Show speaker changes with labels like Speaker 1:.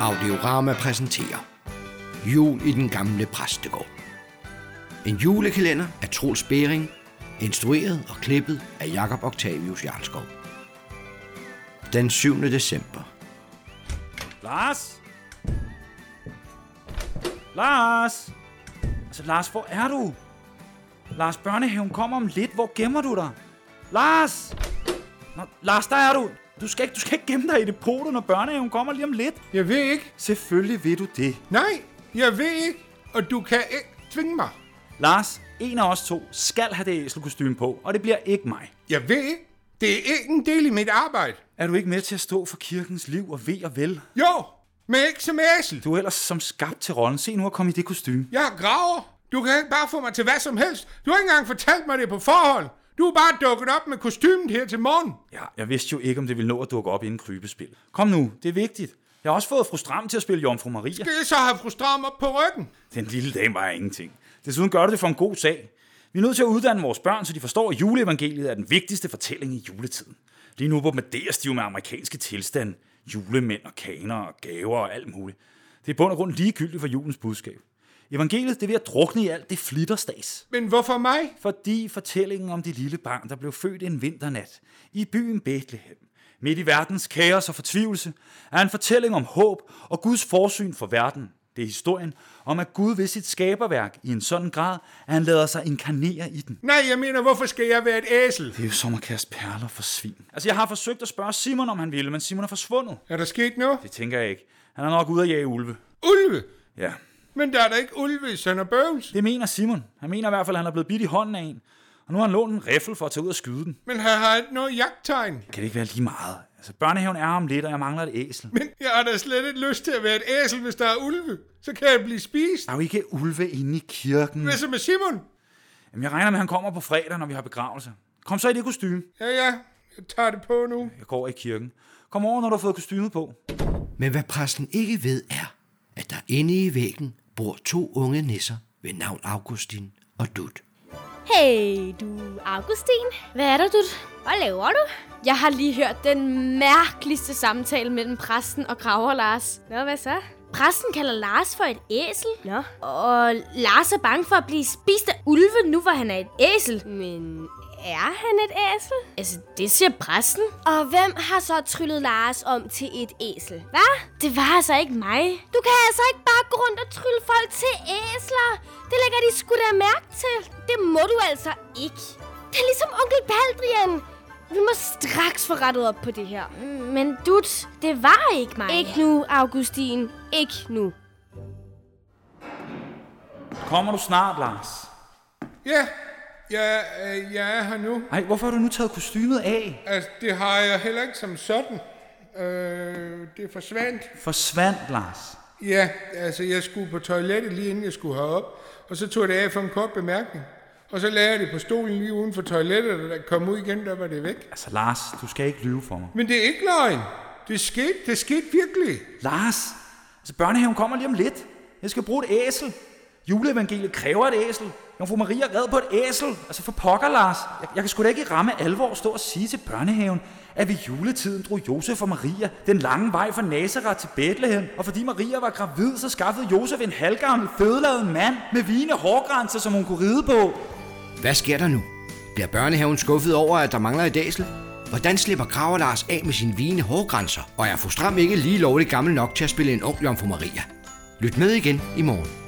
Speaker 1: Audiorama præsenterer Jul i den gamle præstegård. En julekalender af Troels Bering, instrueret og klippet af Jakob Octavius Jarlskov. Den 7. december.
Speaker 2: Lars? Lars? Altså, Lars, hvor er du? Lars, børnehaven kommer om lidt. Hvor gemmer du dig? Lars! Nå, Lars, der er du. Du skal, ikke, du skal ikke gemme dig i det pote, når børnehaven kommer lige om lidt.
Speaker 3: Jeg ved ikke.
Speaker 2: Selvfølgelig vil du det.
Speaker 3: Nej, jeg ved ikke. Og du kan ikke tvinge mig.
Speaker 2: Lars, en af os to skal have det æselkostyme på, og det bliver ikke mig.
Speaker 3: Jeg ved ikke. Det er ikke en del i mit arbejde.
Speaker 2: Er du ikke med til at stå for kirkens liv og ved og vel?
Speaker 3: Jo, men ikke som æsel.
Speaker 2: Du er ellers som skabt til rollen. Se nu at komme i det kostume.
Speaker 3: Jeg er graver. Du kan ikke bare få mig til hvad som helst. Du har ikke engang fortalt mig det på forhånd. Du er bare dukket op med kostymet her til morgen.
Speaker 2: Ja, jeg vidste jo ikke, om det ville nå at dukke op inden krybespil. Kom nu, det er vigtigt. Jeg har også fået fru Stram til at spille Jomfru Maria.
Speaker 3: Skal jeg så have frustram op på ryggen?
Speaker 2: Den lille dame var ingenting. Desuden gør du det for en god sag. Vi er nødt til at uddanne vores børn, så de forstår, at juleevangeliet er den vigtigste fortælling i juletiden. Lige nu bombarderes de jo med amerikanske tilstand. Julemænd og kaner og gaver og alt muligt. Det er i bund og grund ligegyldigt for julens budskab. Evangeliet det er ved at drukne i alt det flitterstas.
Speaker 3: Men hvorfor mig?
Speaker 2: Fordi fortællingen om det lille barn, der blev født en vinternat i byen Bethlehem, midt i verdens kaos og fortvivlelse, er en fortælling om håb og Guds forsyn for verden. Det er historien om, at Gud ved sit skaberværk i en sådan grad, at han lader sig inkarnere i den.
Speaker 3: Nej, jeg mener, hvorfor skal jeg være et æsel?
Speaker 2: Det er jo som at kaste perler for svin. Altså, jeg har forsøgt at spørge Simon, om han ville, men Simon er forsvundet.
Speaker 3: Er der sket noget?
Speaker 2: Det tænker jeg ikke. Han er nok ude at jage ulve.
Speaker 3: Ulve?
Speaker 2: Ja.
Speaker 3: Men der er da ikke ulve i Sønder Bøvels.
Speaker 2: Det mener Simon. Han mener i hvert fald, at han er blevet bidt i hånden af en. Og nu har han lånt en riffel for at tage ud og skyde den.
Speaker 3: Men her har jeg ikke noget jagttegn.
Speaker 2: Kan det ikke være lige meget? Altså, børnehaven er om lidt, og jeg mangler et æsel.
Speaker 3: Men jeg har da slet ikke lyst til at være et æsel, hvis der er ulve. Så kan jeg blive spist.
Speaker 2: Der er jo ikke ulve inde i kirken.
Speaker 3: Hvad så med Simon?
Speaker 2: Jamen, jeg regner med, at han kommer på fredag, når vi har begravelse. Kom så i det kostume.
Speaker 3: Ja, ja. Jeg tager det på nu.
Speaker 2: Jeg går i kirken. Kom over, når du har fået kostymet på.
Speaker 1: Men hvad præsten ikke ved er, at der inde i væggen bor to unge nisser ved navn Augustin og Dut.
Speaker 4: Hey du, Augustin. Hvad er der, du? Hvad laver du? Jeg har lige hørt den mærkeligste samtale mellem præsten og graver Lars.
Speaker 5: Nå, hvad så?
Speaker 4: Præsten kalder Lars for et æsel,
Speaker 5: Nå.
Speaker 4: og Lars er bange for at blive spist af ulve, nu hvor han er et æsel.
Speaker 5: Men er han et æsel?
Speaker 4: Altså, det siger præsten.
Speaker 5: Og hvem har så tryllet Lars om til et æsel?
Speaker 4: Hvad? Det var altså ikke mig.
Speaker 5: Du kan altså ikke bare gå rundt og trylle folk til æsler. Det lægger de sgu da mærke til. Det må du altså ikke. Det er ligesom onkel Baldrian. Vi må straks få rettet op på det her.
Speaker 4: Men dut, det var ikke mig.
Speaker 5: Ikke nu, Augustin. Ikke nu.
Speaker 2: Kommer du snart, Lars?
Speaker 3: Ja, jeg, øh, jeg er her nu.
Speaker 2: Nej, hvorfor har du nu taget kostymet af?
Speaker 3: Altså, det har jeg heller ikke som sådan. Øh, det forsvandt.
Speaker 2: Forsvandt, Lars.
Speaker 3: Ja, altså, jeg skulle på toilettet lige inden jeg skulle herop. Og så tog jeg det af for en kort bemærkning. Og så lagde jeg det på stolen lige uden for toilettet, og da jeg kom ud igen, der var det væk.
Speaker 2: Altså, Lars, du skal ikke lyve for mig.
Speaker 3: Men det er ikke løgn. Det skete, det skete virkelig.
Speaker 2: Lars, altså børnehaven kommer lige om lidt. Jeg skal bruge et æsel. Juleevangeliet kræver et æsel. Jomfru Maria red på et æsel. Altså for pokker, Lars. Jeg, jeg kan sgu da ikke i ramme alvor stå og sige til børnehaven, at ved juletiden drog Josef og Maria den lange vej fra Nazareth til Bethlehem, og fordi Maria var gravid, så skaffede Josef en halvgammel, fødelavet mand med vigende hårgrænser, som hun kunne ride på.
Speaker 1: Hvad sker der nu? Bliver børnehaven skuffet over, at der mangler et æsel? Hvordan slipper Kraver Lars af med sine vigende hårgrænser? Og er fru Stram ikke lige lovligt gammel nok til at spille en ung jomfru Maria? Lyt med igen i morgen.